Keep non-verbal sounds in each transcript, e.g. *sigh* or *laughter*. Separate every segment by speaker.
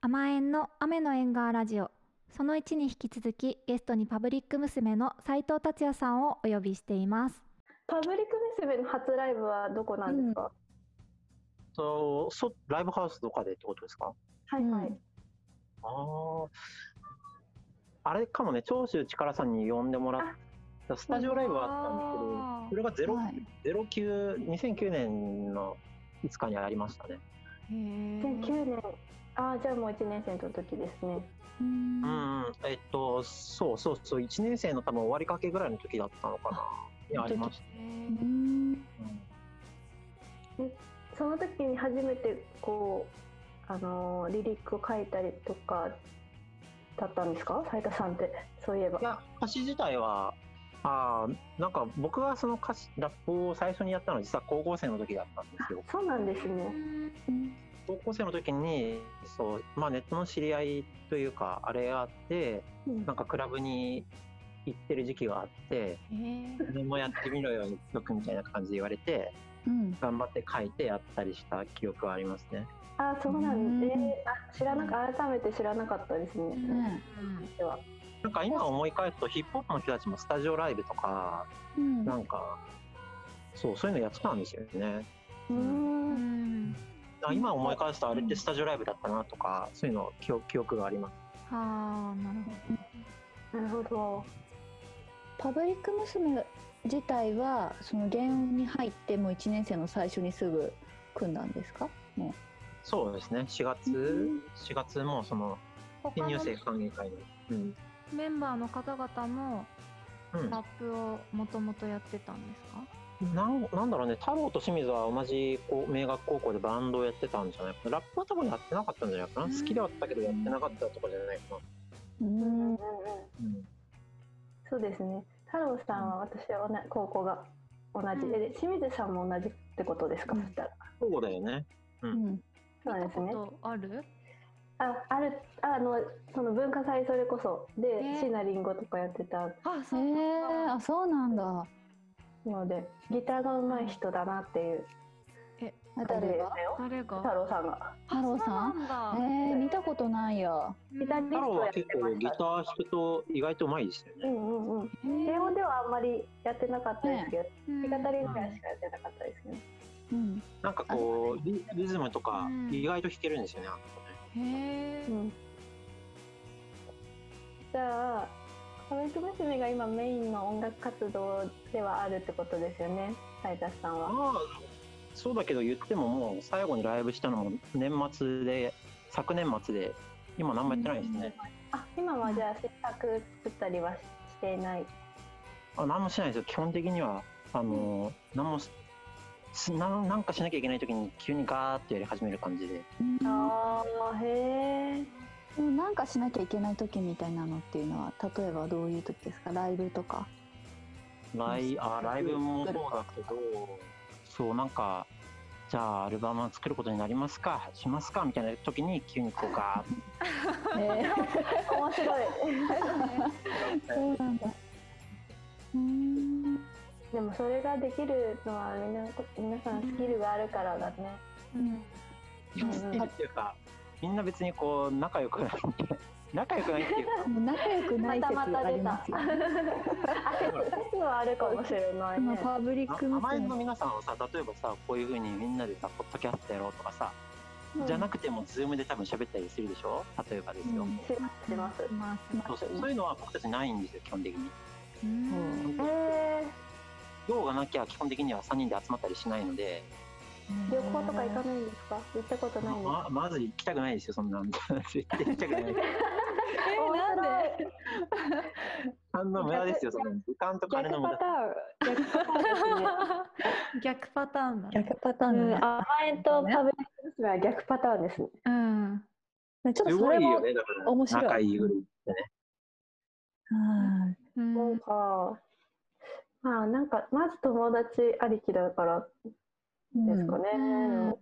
Speaker 1: 甘えんの雨の縁側ラジオその1に引き続きゲストにパブリック娘の斉藤達也さんをお呼びしています
Speaker 2: パブリック娘の初ライブはどこなんですか、
Speaker 3: そのそライブハウスとかでってことですか
Speaker 2: はいはい、
Speaker 1: うん
Speaker 3: あああれかもね長州力さんに呼んでもらったスタジオライブはあったんですけどそれが
Speaker 1: い、
Speaker 3: 0 0 9 2009年のいつかにありましたね
Speaker 1: へえ
Speaker 2: 2009年ああじゃあもう1年生の時ですね
Speaker 1: うん
Speaker 3: うん、うん、えっとそうそうそう1年生の多分終わりかけぐらいの時だったのかなにありまし
Speaker 1: うん
Speaker 3: た、うん
Speaker 2: その時に初めてこうあのーリリックを書いたりとかだったんですか斉田さんってそういえば
Speaker 3: いや歌詞自体はあーなんか僕はその歌詞ラップを最初にやったのは実は高校生の時だったんですよ
Speaker 2: そうなんですね
Speaker 3: 高校生の時にそう、まあ、ネットの知り合いというかあれがあって
Speaker 2: うん
Speaker 3: なんかクラブに行ってる時期があって「自分もやってみろよ一曲」みたいな感じで言われて
Speaker 1: うん
Speaker 3: 頑張って書いてやったりした記憶はありますね。
Speaker 2: ああそうなんです
Speaker 1: うん
Speaker 2: ねあ知らなか改めて知らなかったですね、
Speaker 1: ね
Speaker 2: では
Speaker 3: なんか今思い返すとヒップホップの人たちもスタジオライブとか
Speaker 1: うん
Speaker 3: なんかそうそういうのやってたんですよね。
Speaker 2: う
Speaker 1: うんん
Speaker 3: だから今思い返すとあれってスタジオライブだったなとかそういうの記憶記憶があります。
Speaker 1: はあなるほど
Speaker 2: なるほど
Speaker 4: パブリック娘自体はその原音に入ってもう1年生の最初にすぐ組んだんですかも
Speaker 3: そうですね4
Speaker 4: う
Speaker 3: 月4月もその新
Speaker 1: 他
Speaker 3: 入
Speaker 1: の
Speaker 3: 生歓迎会の。うん
Speaker 1: メンバーの方々も
Speaker 3: うん
Speaker 1: ラップをもともとやってたんですか
Speaker 3: なんなんだろうね太郎と清水は同じこう明学高校でバンドをやってたんじゃないかなラップは多分やってなかったんじゃないかな、
Speaker 1: うん
Speaker 3: 好きではあったけどやってなかったとかじゃないかな、
Speaker 4: う
Speaker 2: う
Speaker 4: うん
Speaker 2: うん
Speaker 4: ん
Speaker 2: うん
Speaker 3: うん、
Speaker 2: そうですね。太郎さんは私は同じ高校が同じ、
Speaker 1: うん
Speaker 2: で清水さんも同じってことですか、
Speaker 4: うん
Speaker 2: そしたら。
Speaker 3: そうだよね
Speaker 2: そう
Speaker 1: 見
Speaker 2: な
Speaker 1: た
Speaker 2: んです
Speaker 1: こ
Speaker 2: ね。
Speaker 1: とある
Speaker 2: あ、あるあのその文化祭それこそで、
Speaker 1: ね
Speaker 2: シナリンゴとかやってた
Speaker 1: あ
Speaker 4: へ
Speaker 1: そう
Speaker 4: え
Speaker 1: なんだ
Speaker 4: あそうなんだ
Speaker 2: ので、ギターが上手い人だなっていう感じで
Speaker 4: 誰
Speaker 2: し
Speaker 4: が
Speaker 2: たよ。
Speaker 1: 誰が
Speaker 2: 太郎さんが
Speaker 1: あ
Speaker 4: 太郎さん
Speaker 1: そうな
Speaker 4: え
Speaker 1: んだ
Speaker 4: ー、見たことないや
Speaker 2: ギターリ
Speaker 3: 太
Speaker 2: スト
Speaker 3: 郎
Speaker 2: や
Speaker 3: は
Speaker 2: って
Speaker 3: 結構
Speaker 2: ま
Speaker 3: ギ
Speaker 2: し
Speaker 3: ター
Speaker 2: た。
Speaker 3: 弾くと意外とうまいですよ
Speaker 2: う
Speaker 3: ね、
Speaker 2: んうんうん。
Speaker 4: え
Speaker 2: 英語ではあんまりやってなかったですけど、
Speaker 1: うん
Speaker 2: 弾き語りぐらいしかやってなかったですけど。
Speaker 4: うん
Speaker 3: なんかこうリリズムとか
Speaker 1: うん
Speaker 3: 意外と弾けるんですよね、あの子ね
Speaker 1: へ
Speaker 2: う
Speaker 1: え
Speaker 2: ん、じゃあカメク娘が今メインの音楽活動ではあるってことですよね斉田さんは。
Speaker 3: まあそうだけど言ってももう最後にライブしたのも年末で昨年末で今何もやってないですね、
Speaker 2: あ今はじゃあ制作作ったりはししていない。
Speaker 3: あ何もしないですよ基本的にはあのー何もししなんなんかしなきゃいけない時に急にガーッとやり始める感じで
Speaker 4: うん
Speaker 2: ああへえ。
Speaker 4: でもなんかしなきゃいけない時みたいなのっていうのは例えばどういう時ですかライブ
Speaker 2: *laughs*
Speaker 4: とか
Speaker 3: ライあライブもそうだけどそうなんかじゃあアルバムを作ることになりますかしますかみたいな時に急にこうガーッ
Speaker 4: えー、
Speaker 2: 面白 *laughs* い。
Speaker 4: そうなんだうん
Speaker 2: でもそれができるのはみんな皆さんスキルがあるからだ *laughs* ね。
Speaker 1: うん
Speaker 2: うん
Speaker 3: とっていうかみんな別にこう仲良くないんで仲良くないっていうか
Speaker 4: もう仲良くな
Speaker 2: ま
Speaker 4: い
Speaker 2: た
Speaker 4: 説
Speaker 2: また
Speaker 4: あり
Speaker 2: 出た。
Speaker 4: ま
Speaker 2: あ
Speaker 4: す
Speaker 2: *laughs*
Speaker 4: よ、
Speaker 2: 説はあるかもしれない
Speaker 4: 今
Speaker 2: ね。
Speaker 4: パブリッ
Speaker 3: あ
Speaker 4: ク
Speaker 3: 甘えんの
Speaker 4: 娘
Speaker 3: 皆さんはさ例えばさこういうふうにみんなでさポッドキャストやろうとかさ、
Speaker 2: うん
Speaker 3: じゃなくてもズームで多分喋ったりするでしょ例えばですよ、
Speaker 4: うん
Speaker 2: しますします。
Speaker 1: います
Speaker 3: そうそうそういうのは僕たちないんですよ基本的に
Speaker 1: うん
Speaker 2: へえ。
Speaker 3: 用がなきゃ基本的には3人で集まったりしないので
Speaker 2: 旅行とか行かないんですか行ったことないんですか
Speaker 3: ままず行きたくないですよそんなん *laughs* 行きたくない
Speaker 2: 面白い
Speaker 3: あんな無駄ですよその時間と金の無
Speaker 2: 逆パ
Speaker 3: 駄
Speaker 2: ターン逆パターンですね
Speaker 1: 逆パターンだね
Speaker 4: 逆パターン
Speaker 2: うん
Speaker 4: ね、
Speaker 2: 甘えんとパブリック娘は逆パターンですね
Speaker 1: うん
Speaker 4: ちょっ
Speaker 3: す
Speaker 4: とそ
Speaker 3: ご
Speaker 4: れ
Speaker 3: い
Speaker 4: も
Speaker 3: よねだから
Speaker 4: 面白い
Speaker 3: 仲いいグループ
Speaker 1: うん
Speaker 4: うん
Speaker 2: なんかまあなんかまず友達ありきだからですかね、
Speaker 1: うん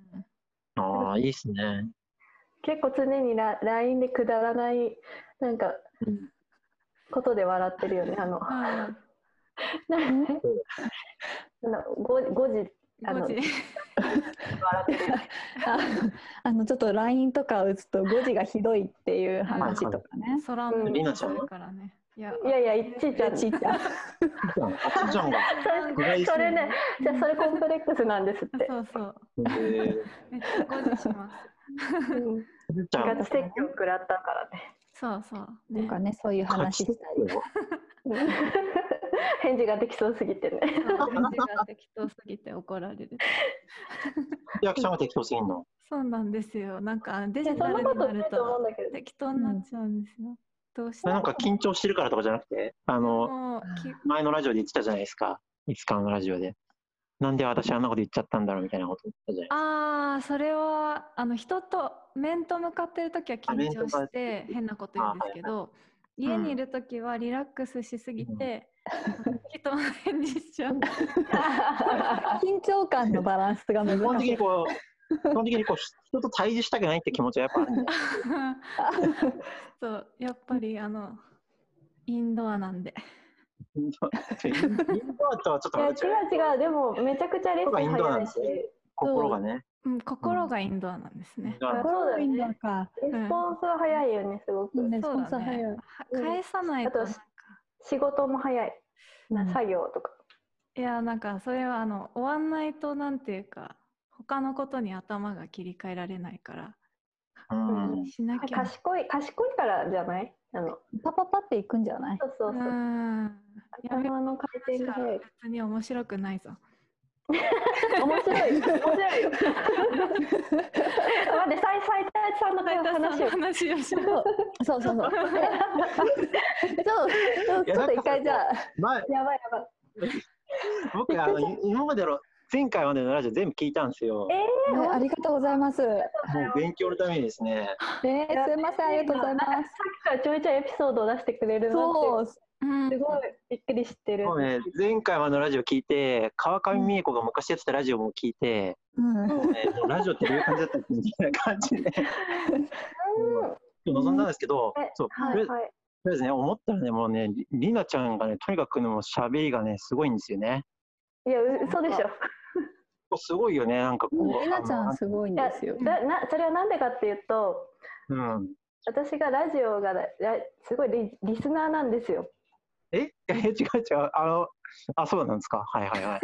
Speaker 3: ああいいっすね
Speaker 2: 結構常にラ LINE でくだらないなんか
Speaker 3: うん
Speaker 2: ことで笑ってるよねあの
Speaker 1: うん
Speaker 2: なんかねあの 5, 時あの
Speaker 5: 5時。
Speaker 2: 笑ってて
Speaker 4: あ *laughs* あのちょっと LINE とか打つと5時がひどいっていう話とかね。
Speaker 5: 空も
Speaker 3: りなちゃん
Speaker 5: だからね。いや、
Speaker 2: いやいやいっちーちゃん
Speaker 4: ちっちゃい
Speaker 3: じゃん、あっちゃんが。
Speaker 2: そ
Speaker 3: 暗い
Speaker 2: れ
Speaker 3: し
Speaker 2: それねじゃあそれコンプレックスなんですって
Speaker 5: そうそう。
Speaker 3: えー、
Speaker 5: めっちゃ5時します。
Speaker 2: うん
Speaker 3: じゃ
Speaker 2: ガ
Speaker 3: ん
Speaker 2: チ説教食らったからね
Speaker 5: そうそう。
Speaker 4: なん
Speaker 5: ね
Speaker 4: かねそういう
Speaker 3: *laughs*
Speaker 4: 話したり。
Speaker 2: うん *laughs* 返事ができそうすぎてね
Speaker 5: そう返事が適当すぎて怒られる。
Speaker 3: 役者が適当すぎんの。
Speaker 5: そうなんですよ。なんかデ
Speaker 2: そ
Speaker 5: ジ
Speaker 2: んな
Speaker 5: タル
Speaker 2: こ
Speaker 5: に
Speaker 2: と
Speaker 5: な
Speaker 2: な
Speaker 5: る
Speaker 2: いと思う
Speaker 5: と
Speaker 2: んだけど
Speaker 5: 適当になっちゃうんですよ。どうして
Speaker 3: なんか緊張してるからとかじゃなくて、あの、
Speaker 5: もうき
Speaker 3: 前のラジオで言ってたじゃないですか。いつかのラジオで。なんで私あんなこと言っちゃったんだろうみたいなこと言ってたじゃない
Speaker 5: ああそれはあの人と面と向かってる時は緊張
Speaker 3: あ面と向か
Speaker 5: し
Speaker 3: っ
Speaker 5: てて変なこと言うんですけど家
Speaker 3: うん
Speaker 5: にいる時はリラックスしすぎて、人の返事しちゃう
Speaker 4: 緊張感のバランスが
Speaker 3: 基本
Speaker 4: 難
Speaker 3: 的
Speaker 4: し
Speaker 3: に
Speaker 4: い。
Speaker 3: こう、基本的にこう、人と対峙したくないって気持ちはやっぱあるんだよ。
Speaker 5: そうやっぱりあのインドアなんで
Speaker 3: インドアとはちょっと
Speaker 2: いや
Speaker 3: ま
Speaker 2: *laughs* 違
Speaker 3: た違
Speaker 2: う
Speaker 3: う。
Speaker 2: 違うでもめちゃくちゃレッスン早いし
Speaker 3: 心がね。
Speaker 5: うん心がインドアなんですね、
Speaker 3: が
Speaker 2: そうだよね
Speaker 4: いのか。
Speaker 2: レスポンスが早いよねすごく、
Speaker 4: ね
Speaker 5: そう
Speaker 4: スポ
Speaker 5: だ
Speaker 4: ンサー
Speaker 5: ね
Speaker 4: 早い
Speaker 5: は返さないと
Speaker 2: あと
Speaker 5: なんか
Speaker 2: 仕事も早い、
Speaker 4: うん
Speaker 2: 作業とか
Speaker 5: いやなんかそれはあの終わんないとなんていうか他のことに頭が切り替えられないから
Speaker 3: うん。
Speaker 5: しなきゃ
Speaker 2: 賢い賢いからじゃないあの
Speaker 4: パパパっていくんじゃない？
Speaker 2: そうそう
Speaker 5: う
Speaker 2: そう、
Speaker 5: んやめ
Speaker 2: 頭の回転が早い
Speaker 5: 別に面白くないぞ。
Speaker 2: 面白い面白
Speaker 5: *laughs*
Speaker 2: いよ待って斉斉田さんの話
Speaker 5: 斉
Speaker 2: を
Speaker 5: 藤さんの話をし
Speaker 4: そう *laughs* そうそうそう。えちょっとちょっと一回じゃあ。
Speaker 3: 前、
Speaker 2: やばいやばい
Speaker 3: 僕、あの、今までの、前回までのラジオ全部聞いたんですよ。
Speaker 2: えー、
Speaker 4: ね、ありがとうございます。ね、
Speaker 3: もう勉強のためにですね。
Speaker 4: すいません、ありがとうございます。
Speaker 2: さっきからちょいちょいエピソードを出してくれるな
Speaker 4: そ
Speaker 2: っ
Speaker 4: う、
Speaker 5: うん
Speaker 2: てすごいびっくりしてる
Speaker 3: もうね、前回までのラジオ聞いて、川上美恵子が昔やってたラジオも聞いて、
Speaker 4: うん、
Speaker 3: もうね、もうラジオってどういう感じだったっけみたいな感じで、望んだんですけど、
Speaker 2: え
Speaker 3: そう、
Speaker 2: は
Speaker 3: とり
Speaker 2: い
Speaker 3: あえず
Speaker 2: はい
Speaker 3: とりあえずね、思ったらね、もうね、りりなちゃんがね、とにかくね、もう喋りがね、すごいんですよね。
Speaker 2: いやう嘘でしょ
Speaker 3: すごいよね、なんかこう。
Speaker 4: えなちゃんすごいん
Speaker 2: いや
Speaker 4: ですよ。
Speaker 2: ななそれはなんでかっていうと
Speaker 3: あのうん。
Speaker 2: 私がラジオがだラすごいリリスナーなんですよ。 *laughs*
Speaker 3: え *laughs* え、違う違う。あの、あ、そうなんですか。はいはいはい。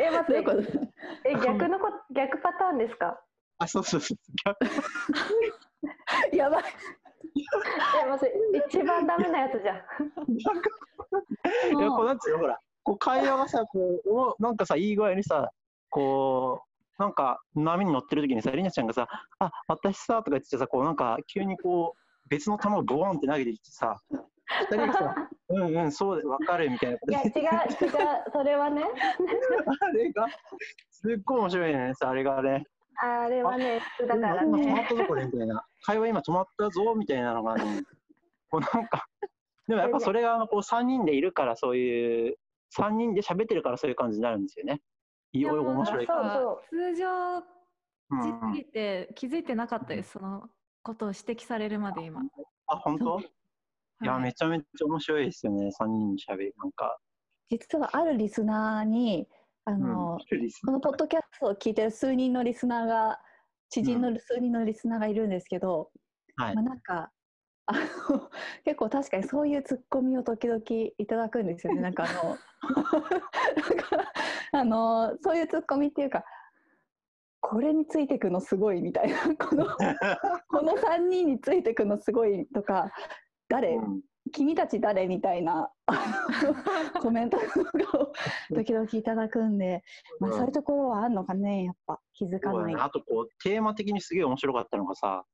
Speaker 3: *laughs*
Speaker 2: え待
Speaker 4: ど
Speaker 2: っ
Speaker 4: ういう
Speaker 2: て
Speaker 4: こと
Speaker 2: え逆のこ逆パターンですか。
Speaker 3: あ、そうそうそう。
Speaker 4: やばい。
Speaker 2: え待って一番ダメなやつじゃん。
Speaker 3: なんか、いや、こうなんつうの、ほら、こう会話がさ、こう、おなんかさ、いい具合にさ、こう、なんか波に乗ってる時にさ、りなちゃんがさ、あ、私さ、とか言ってさ、こうなんか急にこう、別の球をボーンって投げてきてさ、二人が
Speaker 4: *laughs*
Speaker 3: さ、うんうん、そうで、わかるみたいなこと
Speaker 2: いや違う違うそれはね
Speaker 3: あれが、すっごい面白いね、さあれがね。
Speaker 2: あれはね普通だから
Speaker 3: 今止ま
Speaker 2: ね。
Speaker 3: ったぞ、これ、みたいな。会話今止まったぞ、みたいなのがね、こうなんか、でもやっぱそれが、あのこう3人でいるから、そういう、3人で喋ってるからそういう感じになるんですよね。い
Speaker 5: や
Speaker 3: よいよ
Speaker 5: もう
Speaker 3: 面白いか
Speaker 2: そう
Speaker 3: ら。
Speaker 2: そう
Speaker 5: 通常
Speaker 3: うん
Speaker 5: じっくりて気づいてなかったです、そのことを指摘されるまで今。
Speaker 3: あ、本当いや、
Speaker 5: はい
Speaker 3: めちゃめちゃ面白いですよね、3人で喋り。なんか、
Speaker 4: 実はあるリスナーに、あの、このポッドキャストを聞いてる数人のリスナーが、知人の数人のリスナーがいるんですけど、
Speaker 3: はい
Speaker 4: まあ、なんか、あの結構確かにそういうツッコミを時々いただくんですよね。なんかあの、なんかあのそういうツッコミっていうか、これについてくのすごいみたいな、この、この3人についてくのすごいとか、誰、
Speaker 3: うん
Speaker 4: 君たち誰みたいなあのコメントとかを時々いただくんで、まあ、
Speaker 3: うん
Speaker 4: そういうところはあるのかねやっぱ気づか
Speaker 3: そうだ
Speaker 4: な
Speaker 3: ね
Speaker 4: い。
Speaker 3: あとこうテーマ的にすげえ面白かったのがさ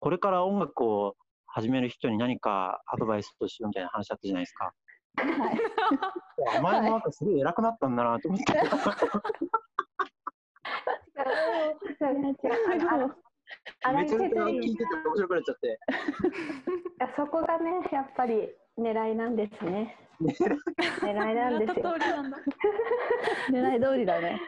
Speaker 3: これから音楽を始める人に何かアドバイスとしようみたいな話だったじゃないですか。
Speaker 4: はい
Speaker 3: お前もなんかすごい偉くなったんだなと思って。
Speaker 2: 違う違う違うあのあの
Speaker 3: めちゃめちゃ
Speaker 2: 荒
Speaker 3: 聞
Speaker 2: 井
Speaker 3: いてて面白くなっちゃって。
Speaker 2: あそこがねやっぱり狙いなんです
Speaker 4: *laughs*
Speaker 2: ね。狙いなんです
Speaker 5: 狙
Speaker 2: よ
Speaker 5: った。通りなんだ。
Speaker 4: 狙い通りだね。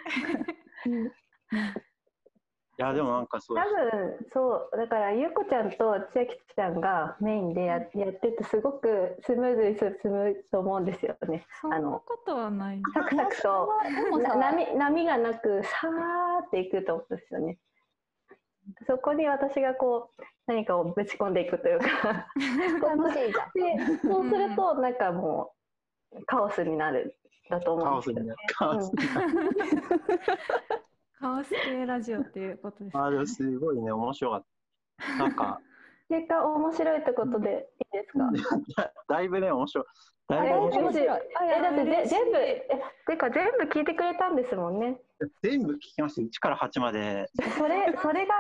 Speaker 3: や、でもなんかそう
Speaker 2: 多。分そうだからゆうこちゃんと千秋ちゃんがメインでややっててすごくスムーズに進むと思うんですよね。
Speaker 5: そんなことはない。
Speaker 2: サクサクと
Speaker 4: でも
Speaker 2: な
Speaker 4: さ
Speaker 2: 波波がなくさーっていくと思うんですよね。そこに私がこう何かをぶち込んでいくという
Speaker 3: *laughs*
Speaker 2: か
Speaker 4: 楽しいじゃん。
Speaker 2: でそうするとなんかもうカオスになるだと
Speaker 3: カ
Speaker 2: 思う
Speaker 3: オ
Speaker 2: ん
Speaker 3: ス
Speaker 2: ですよ
Speaker 3: になる。カオスになる。
Speaker 5: カオス系ラジオっていうことです。
Speaker 3: あ、でもすごいね、面白かった。なんか、
Speaker 2: 結果面白いってことでいいですか、
Speaker 3: だだいぶね、面白い。だいぶ
Speaker 2: え
Speaker 3: 面白
Speaker 4: 面
Speaker 3: い。
Speaker 4: 白い。
Speaker 2: えだってで
Speaker 5: 嬉しい
Speaker 2: 全部えてか全部聞いてくれたんですもんね
Speaker 3: 全部聞きました。1から8まで。
Speaker 5: *laughs*
Speaker 2: それそれが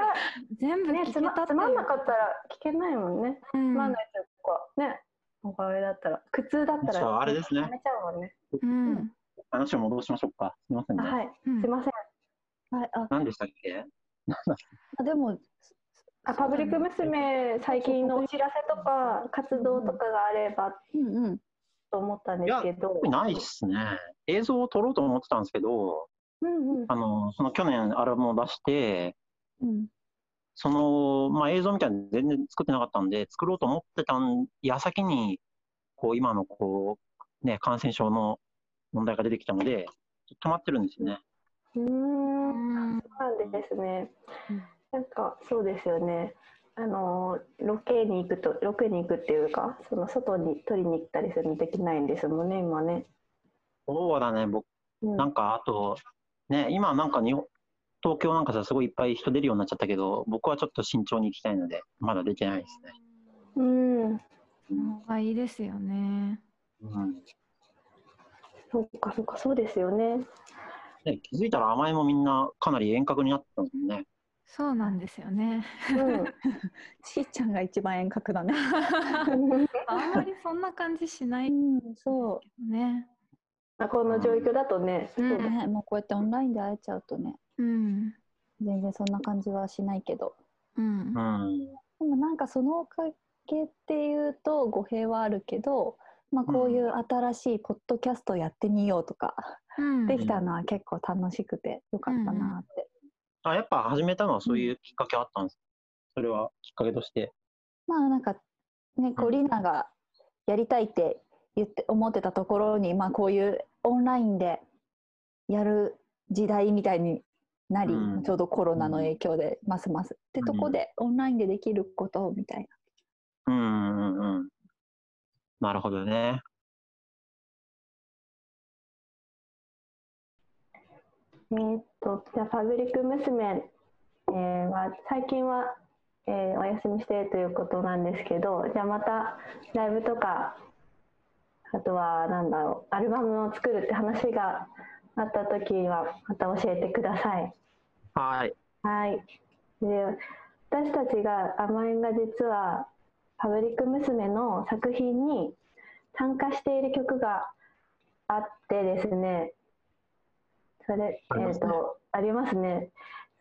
Speaker 5: 全部聞
Speaker 2: ね
Speaker 5: け
Speaker 2: つま
Speaker 5: たっていう
Speaker 2: つまんなかったら聞けないもんね、
Speaker 5: う
Speaker 2: つ
Speaker 5: ん
Speaker 2: まんないというかねおかげだったら苦痛だった
Speaker 3: そう
Speaker 2: ら
Speaker 3: あれですね
Speaker 2: やめちゃうもんね
Speaker 5: うん
Speaker 3: 話を戻しましょうか。すみません
Speaker 2: あ
Speaker 3: ね。
Speaker 2: はい
Speaker 5: うん
Speaker 2: すいません
Speaker 4: はい、あ
Speaker 3: 何でしたっけ
Speaker 4: あでも、
Speaker 2: あパブリック娘最近のお知らせとか活動とかがあれば
Speaker 4: うんうん。
Speaker 2: と思ったんですけど
Speaker 3: 特にないっすね。映像を撮ろうと思ってたんですけど、
Speaker 2: うんうん
Speaker 3: あの、その去年アルバムを出して、
Speaker 4: うん、
Speaker 3: その、まあ、映像みたいなの全然作ってなかったんで、作ろうと思ってたん矢先に、こう、今のこう、ね、感染症の問題が出てきたので、止まってるんですよね。
Speaker 2: うーん
Speaker 5: うん
Speaker 2: そうなんですね
Speaker 5: うん。
Speaker 2: なんかそうですよね。あのロケに行くとロケに行くっていうか、その外に取りに行ったりするのできないんですもんね今ね。
Speaker 3: そうだね、僕、
Speaker 2: うん、
Speaker 3: なんか、あと、ね、今なんかに、東京なんかさ、すごいいっぱい人出るようになっちゃったけど、僕はちょっと慎重に行きたいので、まだ出てないですね。
Speaker 2: うん、
Speaker 5: の方がいいですよね。
Speaker 3: うん。
Speaker 2: そっかそっかそうですよ
Speaker 5: *laughs*
Speaker 2: ね。
Speaker 3: ね、気づいたら甘えもみんなかなり遠隔になってたんですもんね。
Speaker 5: そうなんですよね。
Speaker 4: しーちゃんが一番遠隔だね。
Speaker 2: うん、
Speaker 5: あんまりそんな感じしない
Speaker 4: ん、そ
Speaker 5: ね。
Speaker 2: この状況だとね。
Speaker 5: うん
Speaker 2: そう
Speaker 4: う
Speaker 2: だ
Speaker 4: ね、もうこうやってオンラインで会えちゃうとね、
Speaker 5: うん。
Speaker 4: 全然そんな感じはしないけど。
Speaker 5: うん
Speaker 3: う。ん。
Speaker 4: でもなんかそのおかげっていうと語弊はあるけど、まあ、こういう新しいポッドキャストやってみようとか、
Speaker 5: うん
Speaker 4: できたのは結構楽しくてよかったなって、
Speaker 3: あ、やっぱ始めたのはそういうきっかけあったんです。それはきっかけとして。
Speaker 4: まあなんかねこうリナがやりたいって言って思ってたところに、まあ、こういうオンラインでやる時代みたいになり、
Speaker 3: うん
Speaker 4: ちょうどコロナの影響でますます、ってとこでオンラインでできることみたいな
Speaker 3: うんうんうん。なるほどね。
Speaker 2: えーっとじゃあパブリック娘、えーは最近は、えーお休みしているということなんですけどじゃあまたライブとかあとはなんだろうアルバムを作るって話があった時はまた教えてください。
Speaker 3: はい。
Speaker 2: はい、で私たちが甘えんが実はパブリック娘の作品に参加している曲があってですねそれ
Speaker 3: あり
Speaker 2: え
Speaker 3: ま
Speaker 2: っ、
Speaker 3: すね
Speaker 2: とありますね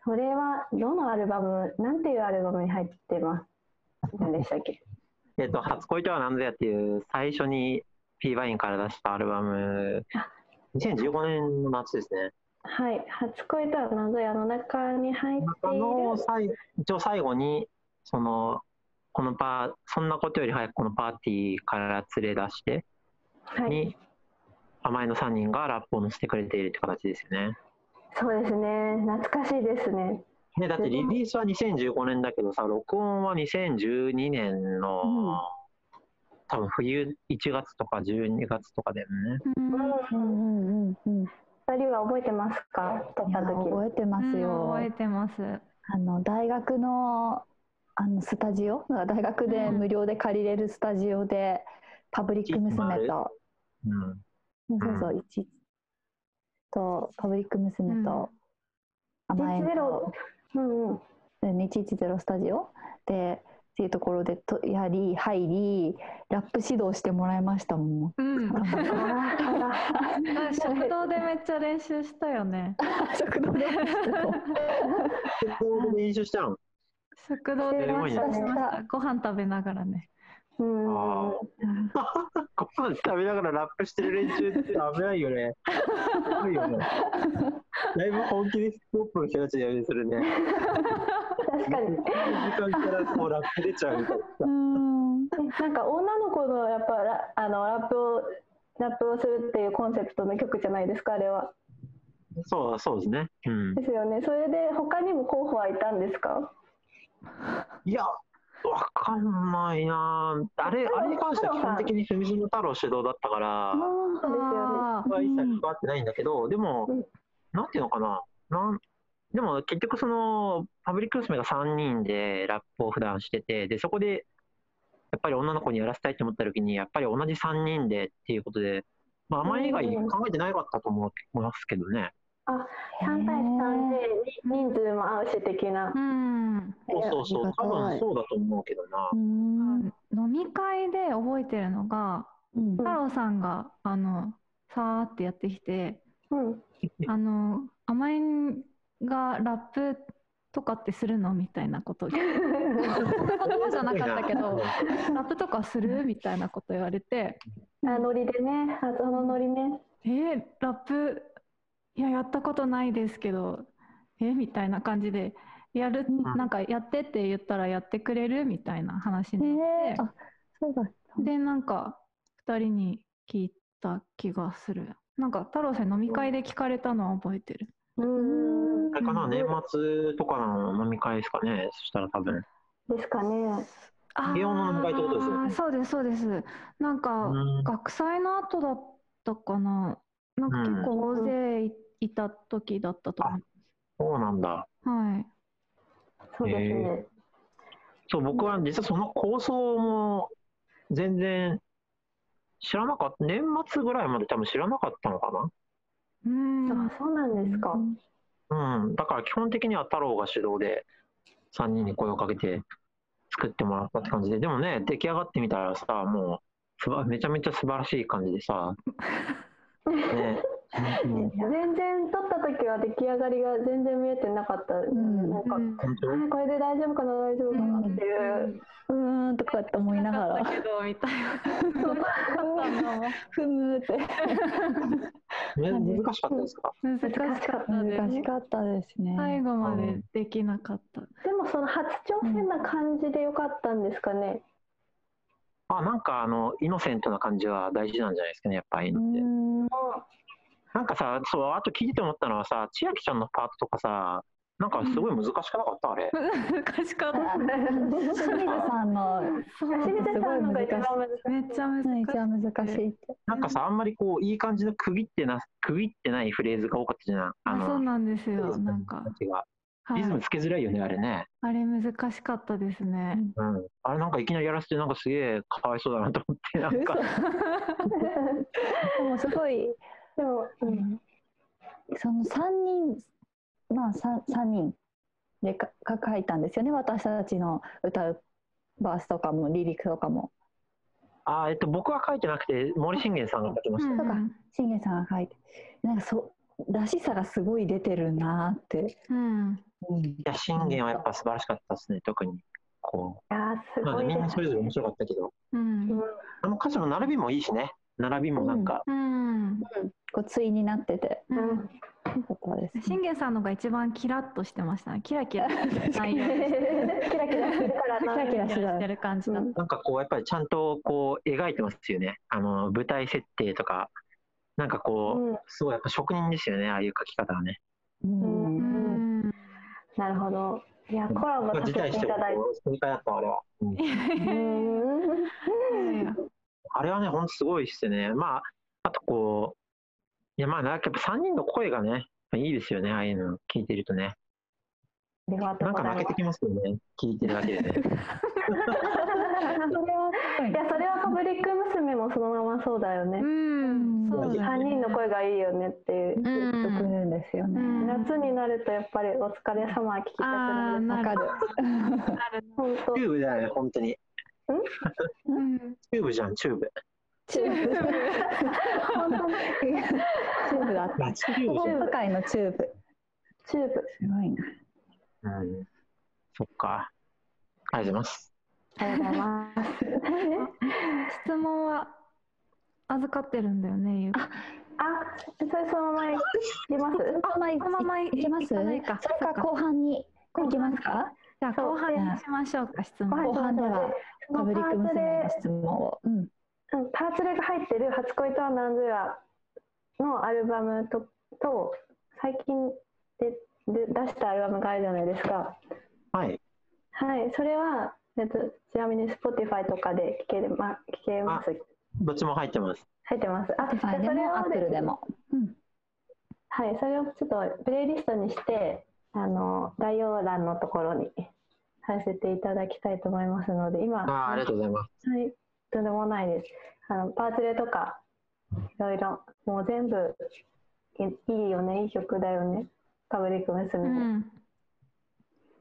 Speaker 2: それはどのアルバムなんていうアルバムに入ってます何でしたっけ
Speaker 6: えっと、初恋とは何ぞやっていう最初に P バインから出したアルバム
Speaker 2: あ、
Speaker 6: 2015年の夏ですね。
Speaker 2: はい初恋とは謎やの中に入って
Speaker 6: あ
Speaker 2: い
Speaker 6: の
Speaker 2: る
Speaker 6: 最一応最後にそのこのパーそんなことより早くこのパーティーから連れ出して
Speaker 2: はい
Speaker 6: に甘えの3人がラップを載せてくれているって形ですよね。
Speaker 2: そうですね懐かしいですね
Speaker 6: ね、だってリリースは2015年だけどさ録音は2012年の、
Speaker 4: うん
Speaker 6: 多分冬1月とか12月とかだよね。
Speaker 2: う
Speaker 4: うんんうんうんうん
Speaker 2: 二人は覚えてますか撮っ
Speaker 4: いや
Speaker 2: た時
Speaker 4: 覚えてます
Speaker 5: うん
Speaker 4: よ、
Speaker 5: 覚えてます。
Speaker 4: あの大学のあのスタジオ *laughs* 大学で
Speaker 5: うん
Speaker 4: 無料で借りれるスタジオで、パブリック娘と
Speaker 6: うん
Speaker 4: そうそう一とパブリック娘と甘えんと
Speaker 2: うんうん
Speaker 4: うん110スタジオでっていうところでとやり入りラップ指導してもらいました *laughs* もん。
Speaker 5: うん。
Speaker 2: あー
Speaker 5: あ食堂でめっちゃ練習したよ
Speaker 2: *laughs*
Speaker 5: ね。
Speaker 4: 食堂 *laughs* で
Speaker 6: ここで練習したの
Speaker 5: 食堂で
Speaker 2: して
Speaker 5: 練習
Speaker 2: まし
Speaker 5: した
Speaker 2: ね
Speaker 5: ました。ご飯食べながらね。
Speaker 2: うん
Speaker 7: あここまで食べながらラップしてる連中って危ないよね。危ないよね。だいぶ本気でヒップホップの人たちやめするね。
Speaker 2: 確かに
Speaker 7: こ *laughs* の時間からもうラップ出ちゃうみたいな。
Speaker 8: うん
Speaker 2: なんか女の子のやっぱラあのラップをラップをするっていうコンセプトの曲じゃないですかあれは
Speaker 3: そうそうですね。うん
Speaker 2: で。すよねそれで他にも候補はいたんですか
Speaker 3: いや、わかんないなぁあれ、あれに関しては基本的に文島太郎主導だったから、
Speaker 2: そうですよね
Speaker 8: あー
Speaker 3: は一切関わってないんだけど、でも
Speaker 2: うん、
Speaker 3: なんていうのかな。なんでも結局その、パブリック娘が3人でラップを普段してて、で、そこで、やっぱり女の子にやらせたいと思った時に、やっぱり同じ3人でっていうことで、まあ、あまり以外考えてなかったと思いますけどね。
Speaker 2: 3対3で人数も合うし的な
Speaker 8: うん
Speaker 2: うん
Speaker 3: そうそうそう、
Speaker 4: あ
Speaker 3: 多分
Speaker 4: りがたい
Speaker 3: そうだと思うけどな。
Speaker 4: うん
Speaker 5: 飲み会で覚えてるのが
Speaker 4: うん
Speaker 5: 太郎さんがあのさーってやってきて
Speaker 2: うん
Speaker 5: あの甘えんがラップとかってするのみたいなことを聞くそうじゃなかったけどラップとかするみたいなこと言われて
Speaker 2: あノリでねあそのノリね
Speaker 5: えーラップいややったことないですけどえみたいな感じでやる
Speaker 4: うん
Speaker 5: なんかやってって言ったらやってくれるみたいな話になって
Speaker 4: あそうだった
Speaker 5: でなんか2人に聞いた気がするなんか太郎さん飲み会で聞かれたのは覚えてる
Speaker 2: うん
Speaker 3: あれかな、年末とかの飲み会ですかね、そしたら多分。
Speaker 2: ですかね
Speaker 5: あ
Speaker 3: 祇園の飲み会ってことですよね
Speaker 5: ーそうですそうですなんか、
Speaker 3: うん
Speaker 5: 学祭の後だったかななんか結構大勢いいた時だったと思
Speaker 3: そうなんだ。
Speaker 5: う、はい
Speaker 2: そうですね
Speaker 3: そう、僕は実はその構想も全然知らなかった。年末ぐらいまで多分知らなかったのか
Speaker 5: うーん
Speaker 2: あそうなんですか
Speaker 3: な。うん。だから基本的には太郎が主導で3人に声をかけて作ってもらったって感じで。でもね、出来上がってみたらさ、もうすば、めちゃめちゃ素晴らしい感じでさ。ね、うん
Speaker 2: 全然撮った時は出来上がりが全然見えてなかった
Speaker 4: ん
Speaker 2: なんか
Speaker 5: うん
Speaker 3: 本当
Speaker 2: はいこれで大丈夫かな大丈夫かなっていう
Speaker 4: うーんとかって思いなが
Speaker 5: な
Speaker 4: ら
Speaker 5: かったけどみたい
Speaker 4: ふむーって
Speaker 3: ね難しかったですか
Speaker 5: な *laughs* 難しかったで
Speaker 4: *laughs* 難しかったですね。
Speaker 5: 最後までできなかった
Speaker 2: でもその初挑戦な感じでよかったんですかね、
Speaker 3: あなんかあのイノセントな感じは大事なんじゃないですかねやっぱり
Speaker 4: う
Speaker 3: のって
Speaker 4: ん
Speaker 3: なんかさそうあと聞いてて思ったのはさ千秋ちゃんのパートとかさなんかすごい難しくなかったあれ
Speaker 5: 難しかった
Speaker 4: 清水さんの
Speaker 2: 清水さんのが一番難しい
Speaker 5: めっちゃ難
Speaker 4: め
Speaker 5: し
Speaker 4: っ
Speaker 5: か
Speaker 4: ち
Speaker 5: っ
Speaker 4: ゃ難し *laughs* いって。
Speaker 3: なんかさあんまりこういい感じの区切ってな区切ってないフレーズが多かったじゃん
Speaker 5: た
Speaker 3: あ
Speaker 5: あそう
Speaker 3: の
Speaker 5: なんですよなんか、
Speaker 3: が
Speaker 5: はい
Speaker 3: リズムつけづらいよねあれね、
Speaker 5: あれ難しかったですね
Speaker 3: うん、あれなんかいきなりやらせてなんかすげえかわいそうだなと思ってなんか
Speaker 4: もうすごい。
Speaker 2: でも、うん、
Speaker 4: その三人まあ三三人でかか書いたんですよね。私たちの歌うバースとかもリリックとかも
Speaker 3: あえっと僕は書いてなくて森信玄さんが書きました、
Speaker 5: うん
Speaker 4: そうか信玄さんが書いて、なんかそうらしさがすごい出てるなーって。
Speaker 5: うん
Speaker 4: うん
Speaker 3: いや信玄はやっぱ素晴らしかったですね特にこ
Speaker 2: いやーす
Speaker 3: う、まあ
Speaker 2: ご
Speaker 3: ね、
Speaker 2: い
Speaker 3: みん
Speaker 2: で
Speaker 3: な
Speaker 2: す
Speaker 3: それぞれ面白かったけど
Speaker 5: うん
Speaker 3: あの歌詞の並びもいいしね。並びもなんか、
Speaker 5: うん
Speaker 4: こう対になってて
Speaker 5: う
Speaker 2: うんん
Speaker 4: よかったです、
Speaker 5: 信玄さんのが一番キラッとしてましたね。キラキラしてない
Speaker 2: キラキラしてるからな
Speaker 4: キラキラして
Speaker 5: *laughs*
Speaker 4: た
Speaker 5: してる感じだった。
Speaker 3: なんかこう、やっぱりちゃんとこう、描いてますよね。あの、舞台設定とか、なんかこう、
Speaker 2: うん
Speaker 3: すごいやっぱ職人ですよね、ああいう書き方はね。
Speaker 4: うん
Speaker 5: うん
Speaker 2: なるほどいやコラボさせ
Speaker 3: 辞
Speaker 2: て
Speaker 3: 退
Speaker 2: い
Speaker 3: しても
Speaker 2: ただいて
Speaker 3: こう、正解だった、あれは。うん
Speaker 2: うん
Speaker 5: いやいや
Speaker 3: あれはね、ほんとすごいっすね。まあ、あとこう、いやまあ、なんかやっぱ3人の声がね、いいですよね、ああいうの聞いてるとね。
Speaker 2: ありがと
Speaker 3: な
Speaker 2: うんご
Speaker 3: か
Speaker 2: ざ
Speaker 3: 負
Speaker 2: いま
Speaker 3: けて
Speaker 2: す
Speaker 3: きますよね、聞いてるだけでね。 *laughs*
Speaker 4: それはすごい
Speaker 2: いやそれはパブリック娘もそのままそうだよね
Speaker 5: うんそうだ
Speaker 2: 3
Speaker 5: ね
Speaker 2: 人の声がいいよねっていう、
Speaker 4: 独
Speaker 5: うん
Speaker 4: るんですよね。
Speaker 5: うん
Speaker 2: 夏になるとやっぱり「お疲れ様は聞きたくな
Speaker 5: あー
Speaker 2: る
Speaker 5: な
Speaker 4: わか
Speaker 5: る
Speaker 4: る。
Speaker 2: 本当
Speaker 3: チューブだよね、本当に。
Speaker 5: うん
Speaker 3: チューブじゃん、チューブ。
Speaker 4: チューブ。本当に。チューブだっ
Speaker 3: あチュー
Speaker 4: た。
Speaker 3: ブ
Speaker 4: ホ
Speaker 3: じゃん
Speaker 4: ップ界のチューブ。
Speaker 2: チューブ
Speaker 4: すごいな。
Speaker 3: うんそっか。ありがとうございます。
Speaker 2: ありがとうございます。
Speaker 5: 質問は預かってるんだよね、ゆうこ
Speaker 2: あ、それそのままいきます。
Speaker 9: あ、まあ、い
Speaker 5: このままい
Speaker 9: いけます
Speaker 5: いかないか
Speaker 9: それ
Speaker 5: そっ
Speaker 9: か
Speaker 5: か
Speaker 9: 後半に行きますか
Speaker 5: じゃあ
Speaker 2: そう
Speaker 5: 後半にしましょうか、質問。
Speaker 9: 後半では
Speaker 2: そ
Speaker 4: パ
Speaker 2: の
Speaker 4: ブリ
Speaker 2: パ
Speaker 4: ック
Speaker 2: ーツ
Speaker 4: 娘
Speaker 2: で
Speaker 4: の、質問を。うん。
Speaker 2: うん、パーツレが入ってる初恋とは何ぞやのアルバムとと最近でで出したアルバムがあるじゃないですか。
Speaker 3: はい。
Speaker 2: はい、それはえっとちなみに Spotify とかで聞けるま聞けます。
Speaker 6: どっちも入ってます。
Speaker 2: 入ってます。あ、
Speaker 4: Spotify でも Apple でも。うん。
Speaker 2: はい、それをちょっとプレイリストにして、あの概要欄のところにさせていただきたいと思いますので、今、
Speaker 6: ああ、ありがとうございます。
Speaker 2: はい、とんでもないです。あのパーツレとか、いろいろ、もう全部、いいいよね、いい曲だよね、パブリック娘、
Speaker 5: うん。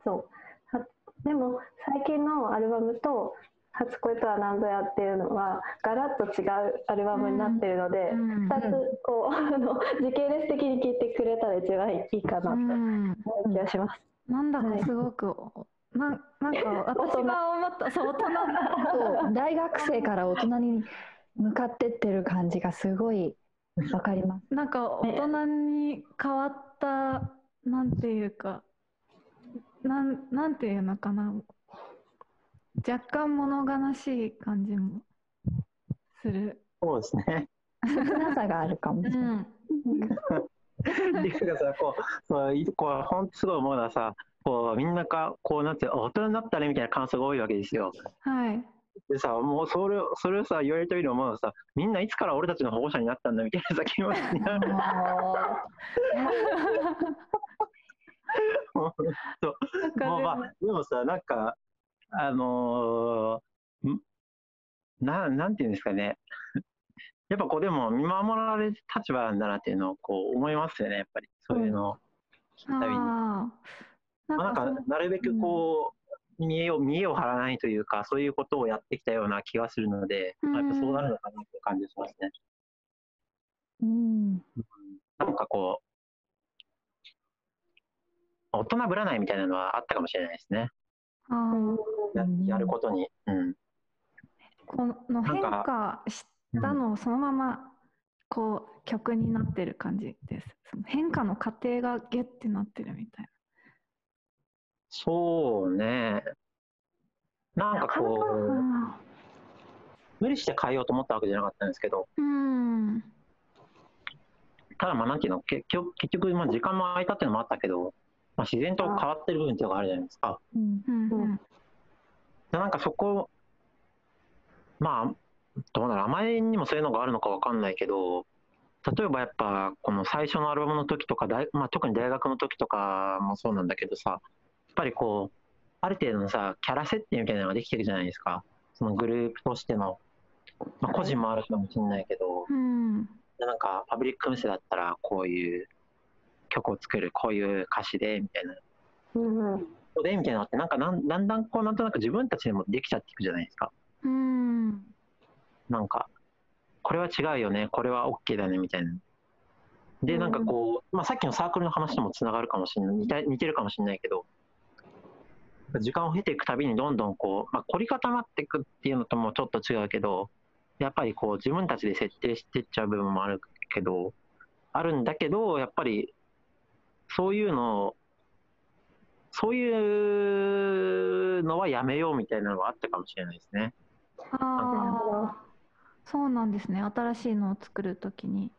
Speaker 2: そう。はでも、最近のアルバムと、初恋とは何ぞやっていうのは、ガラッと違うアルバムになってるので、
Speaker 5: うん
Speaker 2: 2つ、こう、あの時系列的に聴いてくれたら一番いいかな
Speaker 5: う
Speaker 2: と
Speaker 5: ん
Speaker 2: 思う気がします。
Speaker 5: なんだかすごく、おななんか私が思った、そう、 *laughs* 大人な。
Speaker 4: そう大学生から大人に
Speaker 9: 向かってってる感じがすごいわかります
Speaker 5: なんか大人に変わった、なんていうか、なんなんていうのかな、若干物悲しい感じもする。
Speaker 3: そうで
Speaker 6: *laughs*
Speaker 3: すね。
Speaker 9: 切なさがあるかも
Speaker 5: うん、
Speaker 3: っていうかさ、こう、そういこう本当すごい思うのはさ、こうみんながこうなって、あ大人になったねみたいな感想が多いわけですよ。
Speaker 5: はい。
Speaker 3: でさ、もうそれをそれをさ、言われたより思うのはさ、みんないつから俺たちの保護者になったんだみたいなさ、気持ち
Speaker 6: *laughs*
Speaker 3: になる。
Speaker 5: なんかで
Speaker 3: もう
Speaker 5: も
Speaker 3: まあ、でもさ、なんか、あのーんな、なんていうんですかね。やっぱこう、でも、見守られる立場なんだなっていうのを、こう、思いますよね、やっぱり。そういうのを聞くたびに。
Speaker 5: ああ、
Speaker 3: ま
Speaker 5: な
Speaker 3: あ、
Speaker 5: んか
Speaker 3: な
Speaker 5: そ
Speaker 3: んか、なるべくこう、見栄を、見栄を張らないというか、そういうことをやってきたような気がするので、まあやっぱそうなるのかなっていう感じがしますね。
Speaker 9: うん
Speaker 3: なんかこう、大人ぶらないみたいなのはあったかもしれないですね。
Speaker 5: ああ
Speaker 3: ややることに。うん。
Speaker 5: この変化したのをそのままこう曲になってる感じです。その変化の過程がゲッてなってるみたい
Speaker 3: そうね。なんかこ
Speaker 5: な。
Speaker 3: う、無理して変えようと思ったわけじゃなかったんですけど、
Speaker 5: うん。
Speaker 3: ただまあなんていうの、結局、結局まあ時間も空いたっていうのもあったけど、まあ、自然と変わってる部分っていうのがあるじゃないですか。
Speaker 5: うんうん
Speaker 3: でなんかそこ、まあ、どうなる、甘えにもそういうのがあるのかわかんないけど、例えばやっぱ、この最初のアルバムの時とか大、まあ、特に大学の時とかもそうなんだけどさ、やっぱりこう、ある程度のさ、キャラ設定みたいなのができてるじゃないですか。そのグループとしての、まあ、個人もあるかもしれないけど、
Speaker 5: うん
Speaker 3: でなんか、パブリック無視だったら、こういう曲を作る、こういう歌詞で、みたいな。
Speaker 2: うんうん
Speaker 3: こうで、みたいなのって、なんかなん、だんだんこう、なんとなく自分たちでもできちゃっていくじゃないですか。
Speaker 5: うん
Speaker 3: なんか、これは違うよね、これは OK だね、みたいな。で、なんかこう、まあ、さっきのサークルの話ともつながるかもしれない、似た似てるかもしれないけど、時間を経ていくたびにどんどんこう、まあ、凝り固まっていくっていうのともちょっと違うけど、やっぱりこう、自分たちで設定してっちゃう部分もあるけど、あるんだけど、やっぱり、そういうのを、そういうのはやめようみたいなのはあったかもしれないですね。
Speaker 5: ああ、そうなんですね。新しいのを作るときに。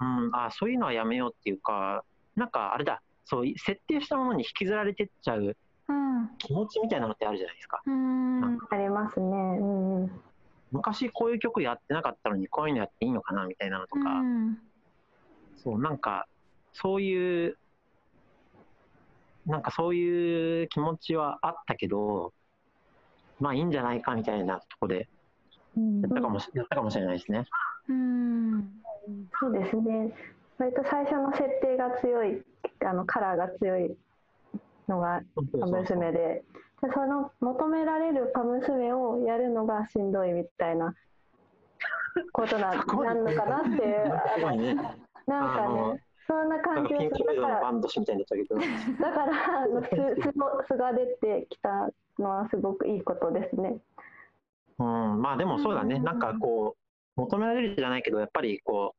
Speaker 3: うん、あそういうのはやめようっていうか、なんかあれだ、そうい設定したものに引きずられてっちゃう
Speaker 5: うん。
Speaker 3: 気持ちみたいなのってあるじゃないですか。
Speaker 5: うん。
Speaker 2: ありますね。うんうん。
Speaker 3: 昔こういう曲やってなかったのに、こういうのやっていいのかなみたいなのと
Speaker 5: う
Speaker 3: か、
Speaker 5: ん。
Speaker 3: そう、なんか、そういう、なんかそういう気持ちはあったけど、まあいいんじゃないかみたいなとこで
Speaker 9: うん
Speaker 3: やったかもし、やったかもしれないですね。
Speaker 5: うん。
Speaker 2: そうですね。割と最初の設定が強い、あのカラーが強いのが
Speaker 3: そうそう
Speaker 2: パ
Speaker 3: そう
Speaker 2: 娘で、でその求められるパ娘をやるのがしんどいみたいなことな
Speaker 3: *laughs* そこ
Speaker 2: な
Speaker 3: まで
Speaker 2: んのかなっていう、
Speaker 3: すごいね
Speaker 2: な
Speaker 3: あ
Speaker 2: んか
Speaker 3: の
Speaker 2: ね、そんな
Speaker 10: な
Speaker 2: 感
Speaker 10: んか
Speaker 2: じが
Speaker 10: ピン
Speaker 2: す
Speaker 10: ク
Speaker 2: る
Speaker 10: レー
Speaker 2: だか
Speaker 10: ドの
Speaker 2: ら
Speaker 10: バンド誌みたいになっちゃうけど、
Speaker 2: だからあのす素の素が出てきたのはすごくいいことですね。
Speaker 3: うん、まあでもそうだ
Speaker 5: う
Speaker 3: ね、
Speaker 5: ん
Speaker 3: なんかこう、求められるじゃないけど、やっぱりこう、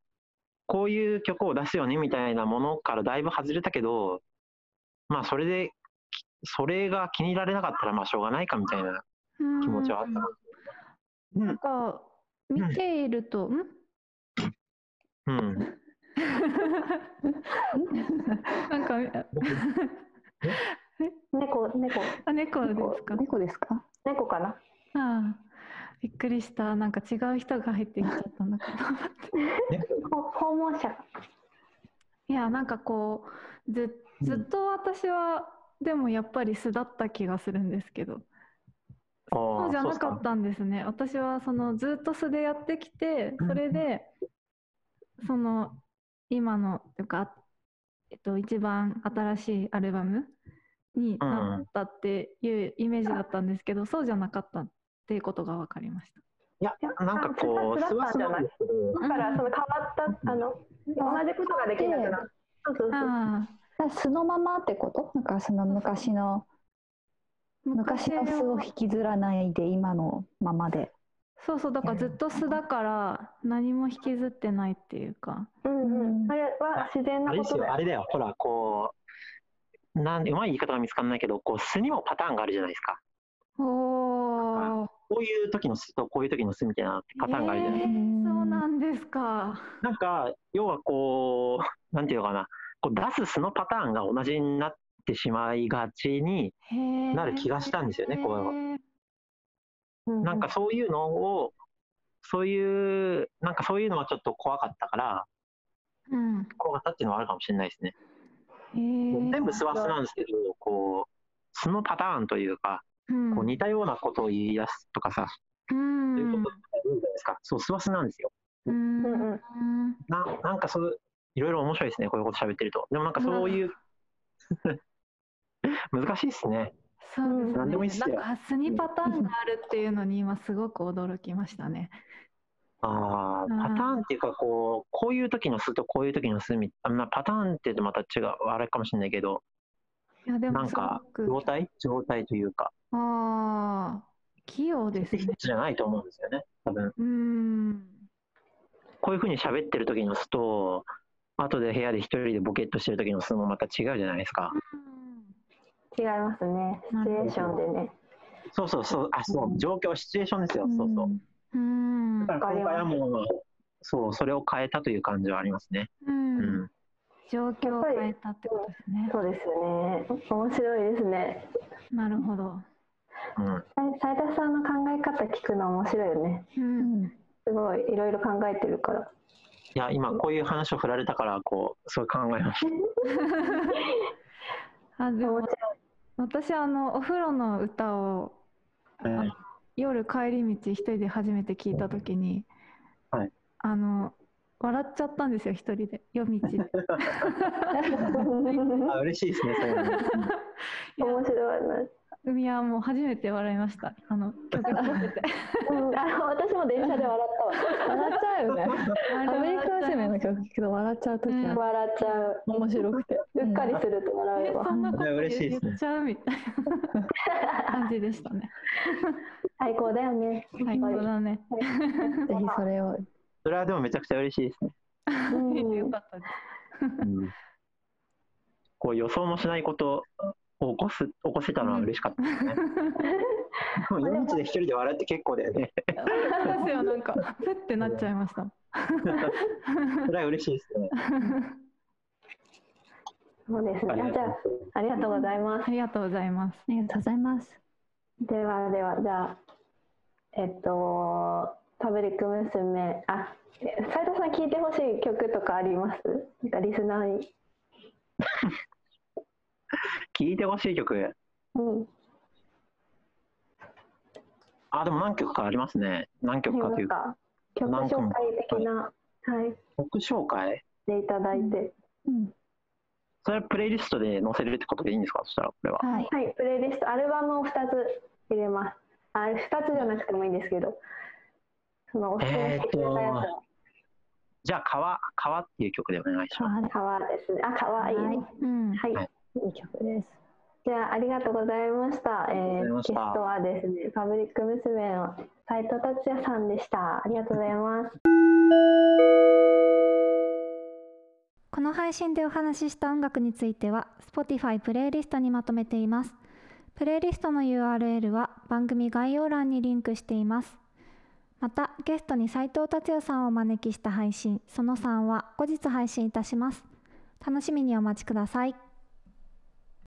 Speaker 3: こういう曲を出すよねみたいなものからだいぶ外れたけど、まあそれで、きそれが気に入られなかったら、まあしょうがないかみたいな気持ちはあったな。
Speaker 10: うん
Speaker 5: なんか見ていると、ん
Speaker 3: うん、
Speaker 5: なんか、
Speaker 2: 猫猫
Speaker 5: あ、猫ですか。
Speaker 4: 猫ですか
Speaker 2: 猫かな。
Speaker 5: ああ、びっくりした。なんか違う人が入ってきちゃったんだけど。
Speaker 2: ほ訪問者
Speaker 5: いや、なんかこう、ず、ずっと私は、でもやっぱり素だった気がするんですけど。
Speaker 3: そ
Speaker 5: そうじゃなかったんですね。私はそのずっと素でやってきて、それで、その今のというか、えっと、一番新しいアルバムになったっていうイメージだったんですけど、そうじゃなかったっていうことが分かりました。
Speaker 3: いや、なんかこ
Speaker 2: あ
Speaker 3: う、す
Speaker 2: そうだ
Speaker 3: わ
Speaker 2: った
Speaker 3: す
Speaker 2: んじゃ
Speaker 3: わ
Speaker 2: ない
Speaker 3: ですけど、
Speaker 2: だからその変わったあの同じことができなくなる。そうそうそう。
Speaker 5: ああ、
Speaker 4: だから素のままってことなんかその昔の昔の素を引きずらないで今のままで
Speaker 5: そうそう、だからずっと素だから何も引きずってないっていうか。
Speaker 2: うんうん。あれは自然
Speaker 3: あ
Speaker 2: な
Speaker 3: れ
Speaker 2: こ
Speaker 3: です
Speaker 2: とだ
Speaker 3: よ、あ
Speaker 2: よ。
Speaker 3: れだよ、ほら、こう、なんうまい言い方が見つからないけど、こう、素にもパターンがあるじゃないですか。
Speaker 5: おー、
Speaker 3: こういう時の素と、こういう時の素みたいなパターンがあるじゃないですか
Speaker 5: えーそうなんですか。
Speaker 3: なんか、要はこう、なんていうのかな、こう出す素のパターンが同じになってしまいがちに
Speaker 5: な
Speaker 3: なる気がしたんですよね、こう。
Speaker 2: うんうん
Speaker 3: なんかそういうのを、そういう、なんかそういうのはちょっと怖かったから、
Speaker 5: うん。
Speaker 3: 怖かったっていうのはあるかもしれないですね。
Speaker 5: へー
Speaker 3: 全部素は素なんですけど、こう、素のパターンというか、
Speaker 5: うん
Speaker 3: こう似たようなことを言い出すとかさ、
Speaker 5: うん
Speaker 3: そういうことってあるじゃないですか。そう、素は素なんですよ。
Speaker 5: うん
Speaker 2: う
Speaker 5: うん
Speaker 2: うんん
Speaker 3: ななんかそう、いろいろ面白いですね、こういうこと喋ってると。でもなんかそういう、 *laughs* 難しいですね。
Speaker 5: そうですね。
Speaker 3: 何でもいいっすよ
Speaker 5: なんかスニパターンがあるっていうのに今すごく驚きましたね。
Speaker 3: ああ、パターンっていうか、こう、こういう時の巣とこういう時の巣みあんなパターンって言うとまた違う、あれかもしれないけど、
Speaker 5: いやで
Speaker 3: な
Speaker 5: も
Speaker 3: ん
Speaker 5: す
Speaker 3: か、
Speaker 5: ごく
Speaker 3: 状態状態というか、
Speaker 5: ああ器用です
Speaker 3: 一
Speaker 5: ね。
Speaker 3: つじゃないと思うんですよね、多分。
Speaker 5: うん。
Speaker 3: こういうふうに喋ってる時の巣と、後で部屋で一人でボケっとしてる時の巣もまた違うじゃないですか。
Speaker 2: 違いますね。シチュエーションでね。
Speaker 3: そうそうそう、あ、そう、状況、シチュエーションですよ、そうそう。
Speaker 5: うん。
Speaker 3: だから今回はもう、そう、それを変えたという感じはありますね。
Speaker 5: う。
Speaker 3: うんん。
Speaker 5: 状況を変えたってことですね。
Speaker 2: そうですよね。面白いですね。
Speaker 5: なるほど。
Speaker 3: うん。
Speaker 2: 斉田さんの考え方聞くの面白いよね。
Speaker 5: うん。
Speaker 2: すごいいろいろ考えてる
Speaker 3: *laughs*
Speaker 2: から。
Speaker 3: いや、今こういう話を振られたから、こう、そう考えました。
Speaker 5: あでも
Speaker 2: 面白い
Speaker 5: 私あのお風呂の歌を
Speaker 3: えー
Speaker 5: 夜帰り道一人で初めて聞いた時に、
Speaker 3: はい
Speaker 5: あの笑っちゃったんですよ一人で夜
Speaker 3: *laughs*
Speaker 5: 道で
Speaker 3: あ嬉しいですね、そういうの。
Speaker 2: 面白いな。
Speaker 5: 海はもう初めて笑いましたあの曲が出
Speaker 3: *laughs*
Speaker 5: て
Speaker 2: うん、あ私も電車で笑
Speaker 4: 笑っちゃうよね
Speaker 5: あ
Speaker 4: パブ
Speaker 5: れ
Speaker 4: リッ
Speaker 5: 笑っ
Speaker 4: ク
Speaker 5: ちゃい
Speaker 4: 娘
Speaker 5: ま
Speaker 4: の
Speaker 5: す
Speaker 4: 曲聞くと笑っちゃう時
Speaker 2: ったわ。
Speaker 4: ある、
Speaker 2: 笑っちゃう。
Speaker 4: 面白くて
Speaker 2: うっかりすると笑
Speaker 5: え
Speaker 2: えば。
Speaker 5: そんなこと
Speaker 3: いや嬉しい
Speaker 5: 言
Speaker 3: で
Speaker 5: っ
Speaker 3: すね
Speaker 5: ちゃうみたいな感じでした
Speaker 3: *laughs*
Speaker 5: ね
Speaker 2: 最高だよね。
Speaker 5: 最高だね、
Speaker 4: ぜひそれを
Speaker 3: *laughs* それはでもめちゃくちゃ嬉しいですね。
Speaker 2: うん
Speaker 5: よかったです
Speaker 3: こう予想もしないことを起こす起こせたのは嬉しかったですね。でも夜道で一人で笑って結構だよね。
Speaker 5: 笑いますよなんかふってなっちゃいました
Speaker 3: それは嬉しいですね。
Speaker 2: そうですね。あじゃあありがとうございま
Speaker 5: ありがとうございます
Speaker 4: ありがとうございます
Speaker 2: す。ではではじゃあえっとパブリック娘あえ斉藤さん聞いてほしい曲とかあります？なんかリスナーに。
Speaker 3: 聞いてほしい曲。
Speaker 2: うん。
Speaker 3: あ、でも何曲かありますね。何曲かというか。
Speaker 2: か曲紹介的なはい
Speaker 3: 曲紹介
Speaker 2: でいただいて。
Speaker 4: うん
Speaker 3: それはプレイリストで載せるってことでいいんですかそしたらこれは。
Speaker 4: はい
Speaker 2: はい、プレイリスト、アルバムを2つ入れます。あ、2つじゃなくてもいいんですけど、そのおすすめしてくれたやつを、
Speaker 3: じゃあ、川、川っていう曲でお願いします。
Speaker 2: 川ですね。あ、川いいね。
Speaker 5: うん、
Speaker 2: はい。
Speaker 4: いい曲です。
Speaker 2: じゃあ、ありがとうございました。え
Speaker 3: ありがとう
Speaker 2: ー
Speaker 3: ご
Speaker 2: ゲ
Speaker 3: ざ
Speaker 2: ス
Speaker 3: いました
Speaker 2: トはですね、パブリック娘の斉藤達也さんでした。ありがとうございます。
Speaker 5: この配信でお話しした音楽については Spotify プレイリストにまとめていますプレイリストの URL は番組概要欄にリンクしていますまたゲストに斉藤達也さんをお招きした配信その3は後日配信いたします楽しみにお待ちください